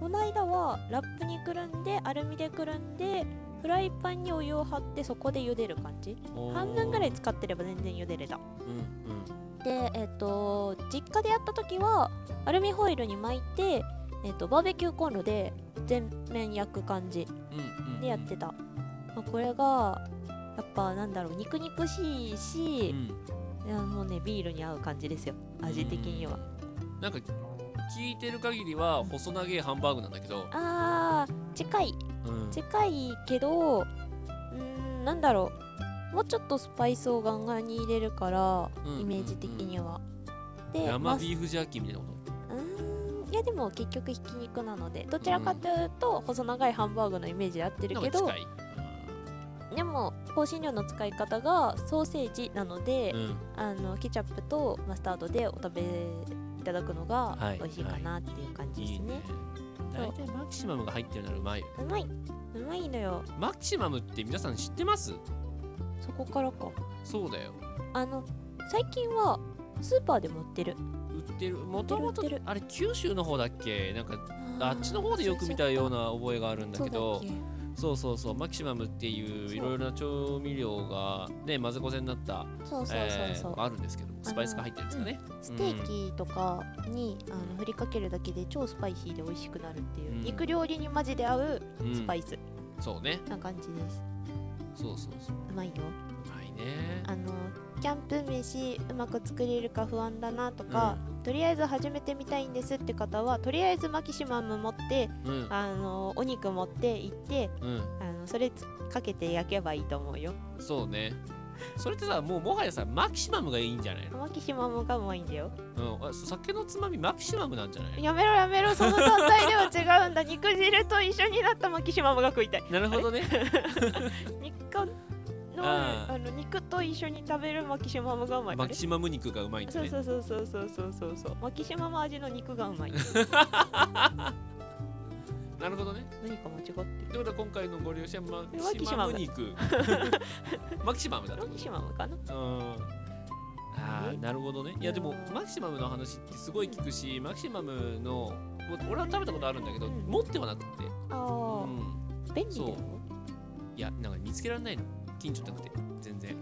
この間はラップにくるんでアルミでくるんでフライパンにお湯を張ってそこで茹でる感じおー半分ぐらい使ってれば全然茹でれたうんうんでえっ、と実家でやった時はアルミホイルに巻いて、えっとバーベキューコンロで全面焼く感じうんうんでやってた、まあ、これがやっぱなんだろう肉肉しいし、いやもうねビールに合う感じですよ味的には、なんか聞いてる限りは細長いハンバーグなんだけどあー近い、うん近いけどうーんなんだろうもうちょっとスパイスをガンガンに入れるから、イメージ的には、で生マスビーフジャーキーみたいなこいやでも結局ひき肉なのでどちらかというと細長いハンバーグのイメージで合ってるけなんどか近いでも香辛料の使い方がソーセージなので、うんあのケチャップとマスタードでお食べいただくのがはい美味しいかなっていう感じですね。と大体マキシマムが入ってるならうまいよねうまいうまいのよマキシマムって皆さん知ってますそこからかそうだよあの最近はスーパーでも売ってる売ってるもともとあれ九州の方だっけなんかあっちの方でよく見たような覚えがあるんだけどそうだっそうそうそうマキシマムっていうそういろいろな調味料がね混ぜこぜになったそうそうそうそうえーあるんですけどスパイスが入ってるんですかねうんステーキとかにあの振りかけるだけで超スパイシーで美味しくなるっていう、うん肉料理にマジで合ううんスパイスそうねな感じです、そうそうそううまいようまいねあのキャンプ飯うまく作れるか不安だなとか、とりあえず始めてみたいんですって方はとりあえずマキシマム持って、うんあのお肉持って行って、うんあのそれつかけて焼けばいいと思うよそうねそれってさもうもはやさマキシマムがいいんじゃないのマキシマムがうまいんだようんあ酒のつまみマキシマムなんじゃないやめろやめろその単体では 違うんだ肉汁と一緒になったマキシマムが食いたいなるほどね肉のああーの肉と一緒に食べるマキシマムがうまいあれマキシマム肉がうまいんだそうねそうそうそうそうそうそうそうマキシマム味の肉がうまいなるほどね何か間違ってるということは今回のご利用者ママキキシシママムム肉マキシ マムだとマキシマムかなうんあーなるほどねいやでもマキシマムの話ってすごい聞くしマキシマムのもう俺は食べたことあるんだけど持ってはなくてあうんあ便利だそうよいやなんか見つけられないの近所なくて全然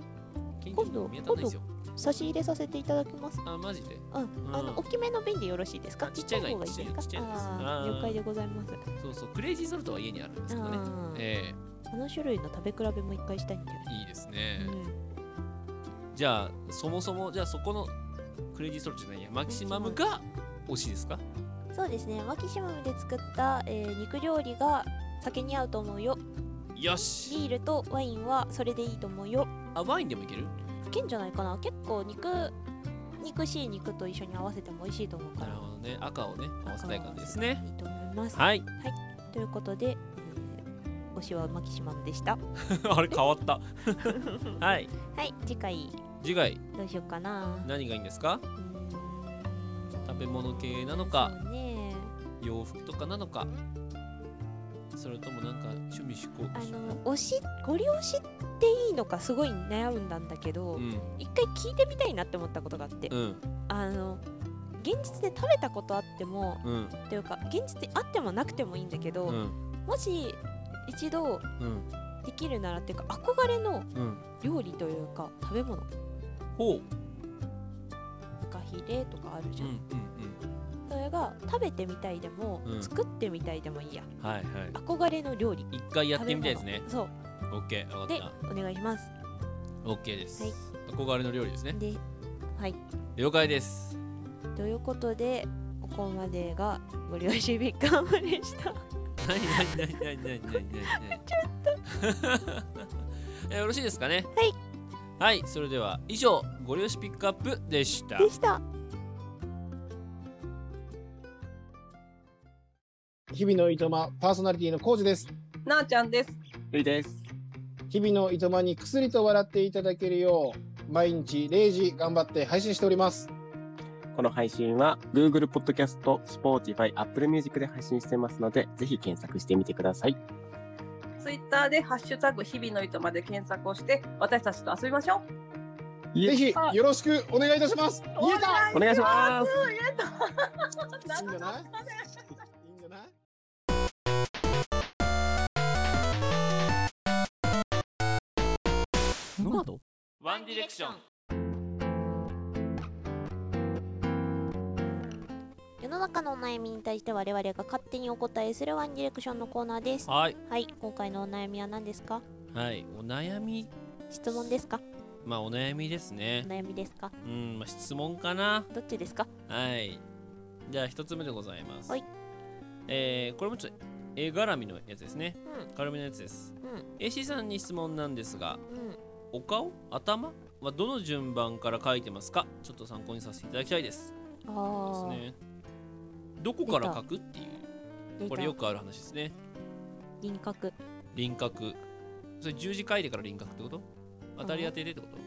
近所今に度見当たら今ないで度すよ差し入れさせていただきますあマジでうん、あうのん大きめの瓶でよろしいですかちっちゃいのがいい方がいいですかちっちゃいのですあうーん了解でございますそうそうクレイジーソルトは家にあるんですけどねうんえこの種類の食べ比べも一回したいんだよねえいいですね、じゃあそもそもじゃあそこのクレイジーソルトじゃないやマキシマムが推しですかそうですねマキシマムで作った、えー肉料理が酒に合うと思うよよしビールとワインはそれでいいと思うよあワインでもいけるいけんじゃないかな結構肉肉しい肉と一緒に合わせても美味しいと思うかならるとほどね赤をね合わせたい感じですね思いますはいということで、えー推しはマキシマムでした あれ変わった はいはい次回次回どうしようかな何がいいんですか食べ物系なのかね洋服とかなのかそれともなんか趣味嗜好あの推しご利用しっていいのかすごい悩んだんだけど、うん一回聞いてみたいなって思ったことがあって、うんあの現実で食べたことあっても、うんというか現実であってもなくてもいいんだけど、うんもし一度うんできるならっていうか憧れのうん料理というか食べ物ほうフカヒレとかあるじゃん、うんそれが食べてみたいでも、うん作ってみたいでもいいやうんはいはい憧れの料理一回やってみたいですね食べ物オッケーそう分でかっお願いしますたオッケーです、はい憧れの料理ですねではい了解ですということでここまでがご両親ビッカームでした何何何何何何何何ちょっとよろしいですかねはいはいそれでは以上ご利用しピックアップでしたでした日々のいとまパーソナリティのコウジですなあちゃんですゆいです日々のいとまに薬と笑っていただけるよう毎日0時頑張って配信しておりますこの配信は Google Podcast、Spotify、Apple Music で配信してますので、ぜひ検索してみてください。ツイッターでハッシュタグ日々の糸まで検索をして私たちと遊びましょうぜひよろしくお願いいたします言えたお願いします言えたいいんじゃないノマドワンディレクション世の中のお悩みに対して我々が勝手にお答えするワンディレクションのコーナーですはい今回のお悩みは何ですかはいお悩み質問ですかまあお悩みですおね悩みですかうん、まあ、質問かなどっちですかはいじゃあ一つ目でございますはいえーこれもちょっと絵絡みのやつですね、絡みのやつです、うん AC さんに質問なんですがうんお顔頭はどの順番から書いてますかちょっと参考にさせていただきたいですああ、ねどこから書くってい出たうこれよくある話ですね輪郭輪郭それ十字書いてから輪郭ってこと当たり当てでってこと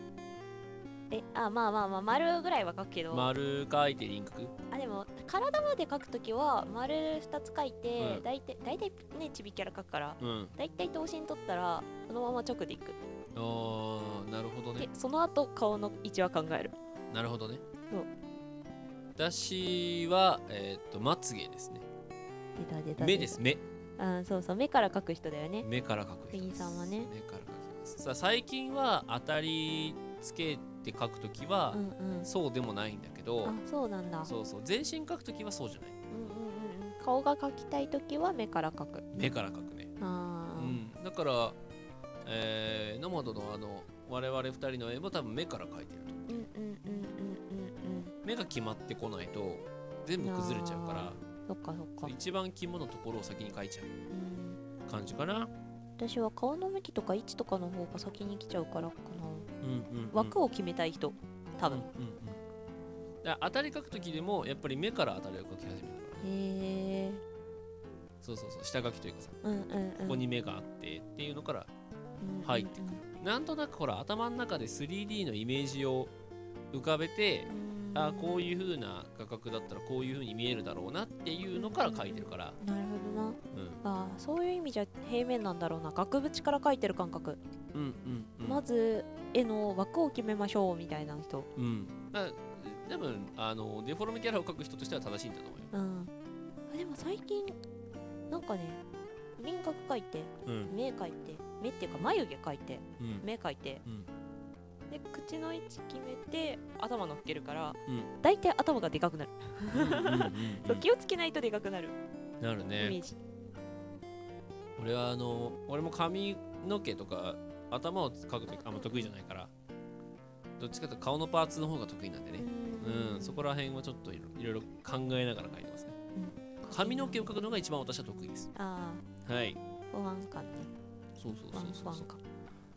えあまあまあまあ丸ぐらいは書くけど丸書いて輪郭あでも体まで書くときは丸2つ書いて、うんだいたい大体ねちびキャラ書くから、うんだいたい等身取ったらそのまま直でいく、あーなるほどでねその後顔の位置は考えるなるほどねそう私はえーっとまつげですね出た出た目です目あそうそう目から書く人だよね目から書くペギーさんはね目から書きますさあ最近は当たりつけて書くときはうんうんそうでもないんだけど、あそうなんだそうそう全身書くときはそうじゃないうんうんうん顔が書きたいときは目から書く目から書くねあー、うん、だから、えー、ノマドのあの我々二人の絵も多分目から描いてるとうんうんうんうんうん目が決まってこないと全部崩れちゃうからそっかそっか一番肝のところを先に描いちゃうんう感じかな私は顔の向きとか位置とかの方が先に来ちゃうからかうんうん、うんな、枠を決めたい人多分、うんうんだから当たり描く時でもやっぱり目から当たりを描き始めるへえそうそうそう下書きというかさ、うんうんうんここに目があってっていうのから入ってくる、なんとなくほら頭の中で 3D のイメージを浮かべてあーこういう風な画角だったらこういう風に見えるだろうなっていうのから書いてるから、なるほどなうん、あーそういう意味じゃ平面なんだろうな額縁から描いてる感覚、うんうんうんまず絵の枠を決めましょうみたいな人うんまあ多分あのデフォルメキャラを描く人としては正しいんだと思うようんあでも最近なんかね輪郭描いて、うん目描いて目っていうか眉毛描いて、うん目描いて、で口の位置決めて頭乗っけるから、うん大体頭がでかくなるうんうんそう気をつけないとでかくなるなるイメねージ、俺はあの俺も髪の毛とか頭を描くとあんま得意じゃないからどっちかというと顔のパーツの方が得意なんでねうん、そこら辺はちょっといろいろいろ考えながら描いてますね、髪の毛を描くのが一番私は得意ですあはいあ保安感ねそうそう保そ安うそう保安感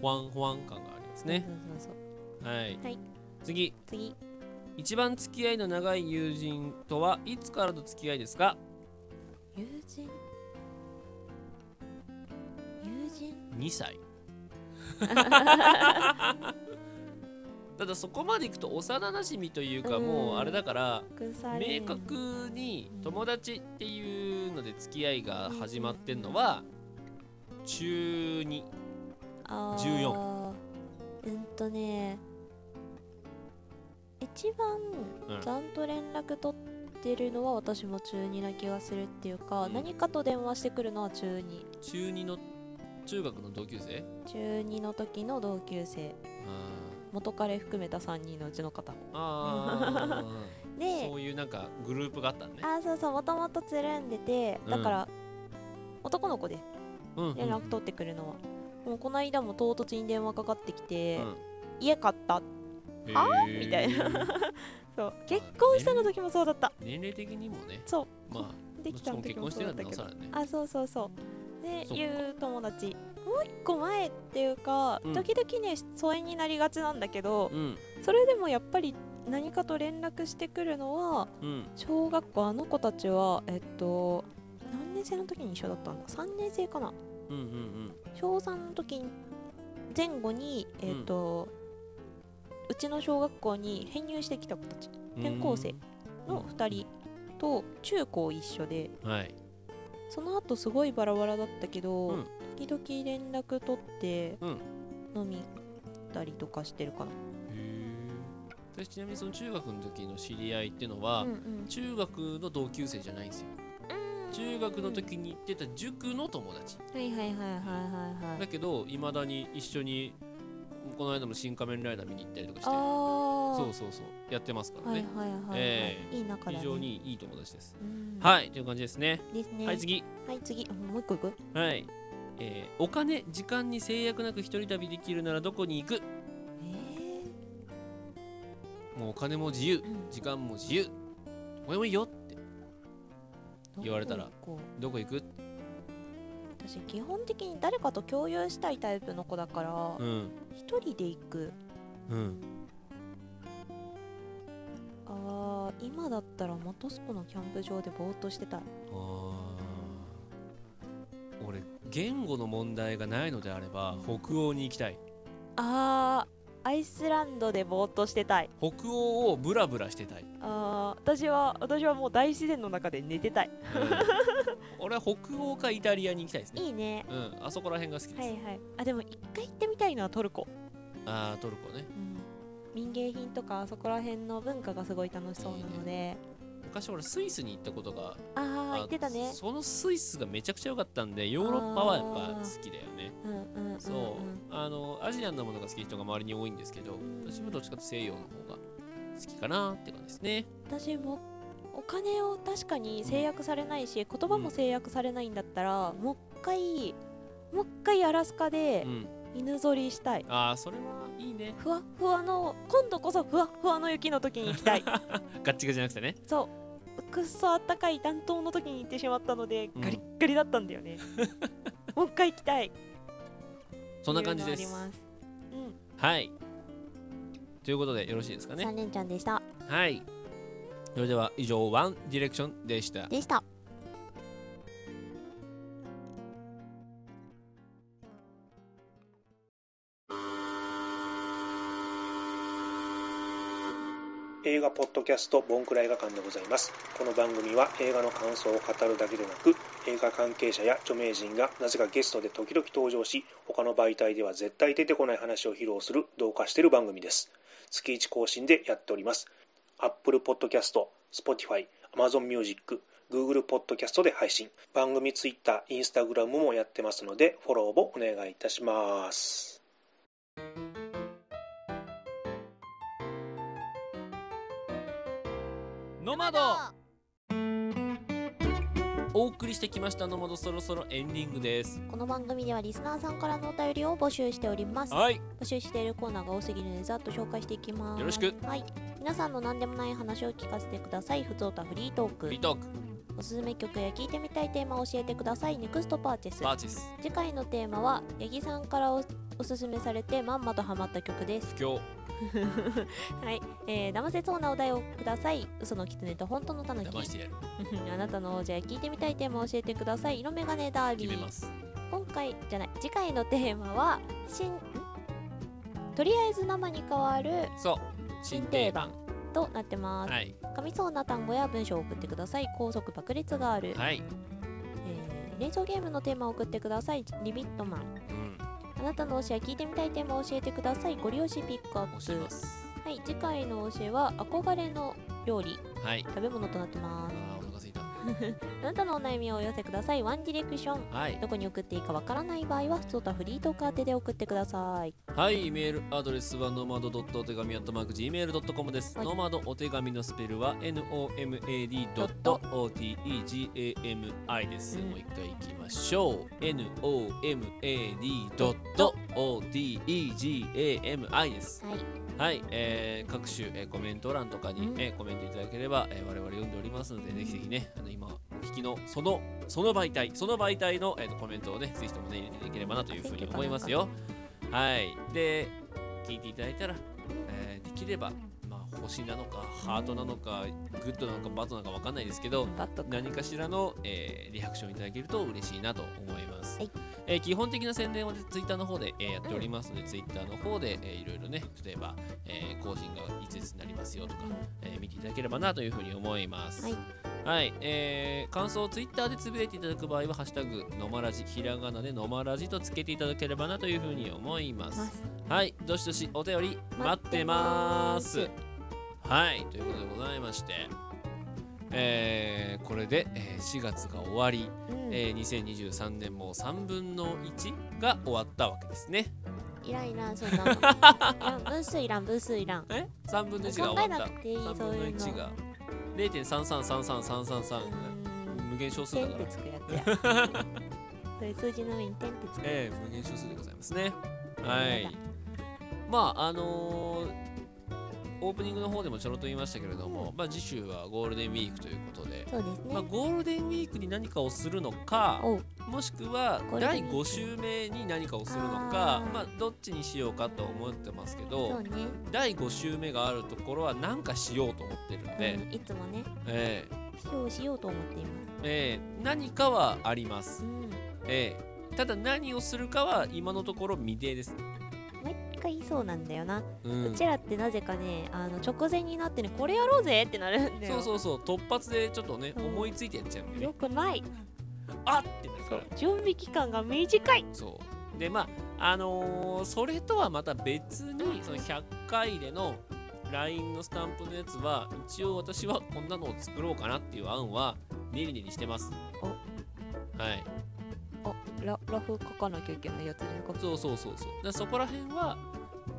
保安保安感がありますねそうそうそうはい、はい次次一番付き合いの長い友人とはいつからの付き合いですか友人友人 ?2 歳ただそこまでいくと幼馴染というかうんもうあれだから腐れ明確に友達っていうので付き合いが始まってんのは中2あー14うんとね一番うんちゃんと連絡取ってるのは私も中2な気がするっていうか、何かと電話してくるのは中2中2の中学の同級生中2の時の同級生元彼含めた3人のうちの方 あーでそういうなんかグループがあったのねあーそうそうもともとつるんでてだから、男の子でうんうん連絡取ってくるのは、もうこの間も唐突に電話かかってきて、うん家買ったへーあーみたいな そう結婚したの時もそうだった年齢的にもねそうまあできたものち時ろんも結婚しそてうからなおだったけさどらねあそうそうそうでそっかいう友達もう一個前っていうか、うん時々ね疎遠になりがちなんだけど、うんそれでもやっぱり何かと連絡してくるのはうん小学校あの子たちはえっと何年年生の時に一緒だったんだ3年生かなうんうんうん小3の時に前後にえっ、と、うちの小学校に編入してきた子たちうん転校生の2人と中高一緒ではいその後すごいバラバラだったけど、うん時々連絡取ってうん飲み行ったりとかしてるかな私ちなみにその中学の時の知り合いってのは、うんうん中学の同級生じゃないんですよ中学の時に行ってた塾の友達はいはいはいはいはいはいだけどいまだに一緒にこの間も「新仮面ライダー」見に行ったりとかしてあーそうそうそうやってますからねはいはいはいはいええいい仲だね非常にいい友達ですうんはいという感じですねですねはい次はい次もう一個いくはい、えーお金時間に制約なく一人旅できるならどこに行く、もうお金も自由、時間も自由これもいいよって言われたらどこ行く私基本的に誰かと共有したいタイプの子だからうん一、人で行くうんあー今だったら元スポのキャンプ場でぼーっとしてたいあー俺言語の問題がないのであれば北欧に行きたいあーアイスランドでぼーっとしてたい北欧をブラブラしてたいあー私は私はもう大自然の中で寝てたい 俺は北欧かイタリアに行きたいですねいいねうんあそこら辺が好きです、はいはいあでも一回行ってみたいのはトルコあートルコね民芸品とかあそこら辺の文化がすごい楽しそうなので昔俺スイスに行ったことがあー行ってたねそのスイスがめちゃくちゃ良かったんでヨーロッパはやっぱ好きだよねうんうんうんそう、あのアジアンなものが好きな人が周りに多いんですけど私はどっちかというと西洋の方が好きかなって感じですね私もお金を確かに制約されないし、言葉も制約されないんだったら、もう一回もう一回アラスカでうん犬ぞりしたい、ああそれはいいねふわっふわの今度こそふわっふわの雪の時に行きたいガッチガチじゃなくてねそう くっそあったかい暖冬の時に行ってしまったので、ガリッガリだったんだ よねもう一回行きたいそんな感じでっていうすのはありますはいということでよろしいですかね三連ちゃんでしたはいそれでは以上ワンディレクションでしたでした映画ポッドキャストボンクラ映画館でございますこの番組は映画の感想を語るだけでなく映画関係者や著名人がなぜかゲストで時々登場し他の媒体では絶対出てこない話を披露する同化している番組です月1更新でやっております Apple Podcast、Spotify、Amazon Music、Google Podcast で配信番組 Twitter、Instagram もやってますのでフォローもお願いいたしますノマドお送りしてきましたノマドそろそろエンディングですこの番組ではリスナーさんからのお便りを募集しております、はい募集しているコーナーが多すぎるのでざっと紹介していきますよろしくはい皆さんの何でもない話を聞かせてくださいふつおたフリートークフリートークおすすめ曲や聞いてみたいテーマを教えてくださいネクストパーチェスパーチェス次回のテーマは八木さんからおおすすめされてまんまとハマった曲 です今日はい、えー、騙せそうなお題をください嘘の狐と本当のタヌキ騙してやる あなたの王者や聞いてみたいテーマを教えてください色眼鏡ダービー決めます今回じゃない次回のテーマは新んとりあえず生に変わるそう新定番となってます、はい噛みそうな単語や文章を送ってください高速爆裂がある、はい連想ゲームのテーマを送ってくださいリミットマンうんあなたの推しや聞いてみたいテーマを教えてくださいご利用しピックアップしますはい次回の推しは憧れの料理はい食べ物となってまあすーお腹すいたあなたのお悩みをお寄せくださいワンディレクション、はいどこに送っていいかわからない場合は普通とフリートーク宛てで送ってくださいはい、メールアドレスはノマドドットお手紙アットマーク Gmail.com です。はいノマドお手紙のスペルは NOMAD ドット OTEGAMI です。もう一回いきましょう。NOMAD ドット OTEGAMI です。はい。えー各種、えーコメント欄とかに、うんえーコメントいただければ、えー我々読んでおりますので、ぜひぜひね、あの今、お聞きのその、その媒体、その媒体の、えーとコメントをね、ぜひともね、入れていければなというふうに思いますよ。はい。で、聞いていただいたら、えーできれば、まあ、星なのかハートなのかグッドなのかバッドなのかわかんないですけど何かしらの、えーリアクションいただけると嬉しいなと思います、えー基本的な宣伝はツイッターの方で、えーやっておりますので、ツイッターの方で、えーいろいろね例えば、えー更新がいついつになりますよとか、えー見ていただければなというふうに思いますはい、えー感想をツイッターでつぶやいていただく場合は「ハッシュタグのまらじ」ひらがなでのまらじとつけていただければなというふうに思いますはいどしどしお便り待ってますはいということでございましてえーこれで、えー4月が終わり、えー2023年も3分の1が終わったわけですねいらんいらんそんなのいらん分数いらん分数いらんえ3分の1が終わった考えなくていい3そう分のいうの1が0.3333333無限小数だからそういう数字の上に点ってつくええ無限小数でございますねはいまああのーオープニングの方でもちょろっと言いましたけれども、まあ、次週はゴールデンウィークということでそうですねまあ、ゴールデンウィークに何かをするのかもしくはゴールデンウィー第ク5週目に何かをするのかまあ、どっちにしようかと思ってますけど、そうね第5週目があるところは何かしようと思ってるんで、うんいつもねええ視聴しようと思っていますええ何かはあります、ええただ何をするかは今のところ未定です毎回そうなんだよな、ううんちらってなぜかねあの直前になってねこれやろうぜってなるんだよそうそうそう突発でちょっとね思いついてやっちゃうんでねよくないあってなるから準備期間が短いそうでまああのーそれとはまた別にその100回での LINE のスタンプのやつは一応私はこんなのを作ろうかなっていう案はネリネリしてますはいララフ書かなきゃいけないやつねそうそうそうそうだからそこら辺は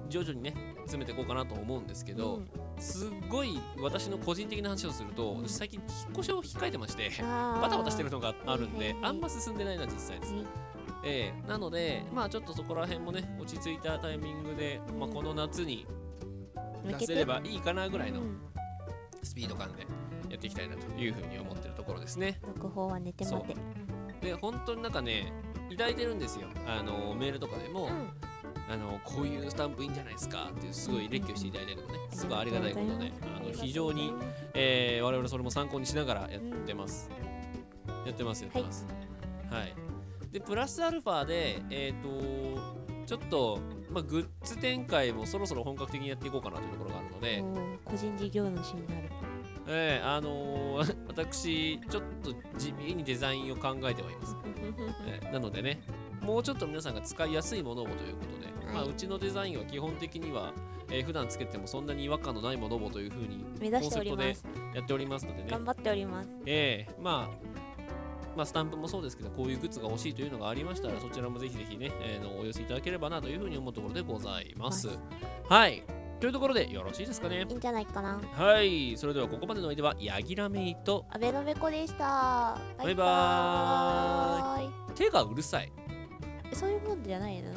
徐々にね詰めていこうかなと思うんですけど、すっごい私の個人的な話をすると私最近引っ越しを控えてましてあーバタバタしてるのがあるんであんま進んでないな実際です、ええなのでまあちょっとそこら辺もね落ち着いたタイミングで、まあ、この夏に向け出てせればいいかなぐらいのスピード感でやっていきたいなというふうに思ってるところですね続報は寝て待てで本当になんかね抱いてるんですよあのメールとかでも、あのこういうスタンプいいんじゃないですかっていうすごい列挙していただいたりとかねすごいありがたいことで、あの非常に、えー我々それも参考にしながらやってます、やってますやってますはい、でプラスアルファでえっ、とちょっと、まあ、グッズ展開もそろそろ本格的にやっていこうかなというところがあるので、うん個人事業主になるえーあのー 私ちょっと地味にデザインを考えてはいます、えーなのでねもうちょっと皆さんが使いやすいものをということで、まあ、うちのデザインは基本的には、えー普段つけてもそんなに違和感のないものをというふうに目指しておりますコンセプトでやっておりますのでね頑張っておりますええまあまあスタンプもそうですけどこういうグッズが欲しいというのがありましたらそちらもぜひぜひね、えーのお寄せいただければなというふうに思うところでございますはいというところでよろしいですかねいいんじゃないかなはいそれではここまでのお相手はヤギラメイと安倍のべこでしたバイバーイーイ手がうるさいそういうもんじゃないの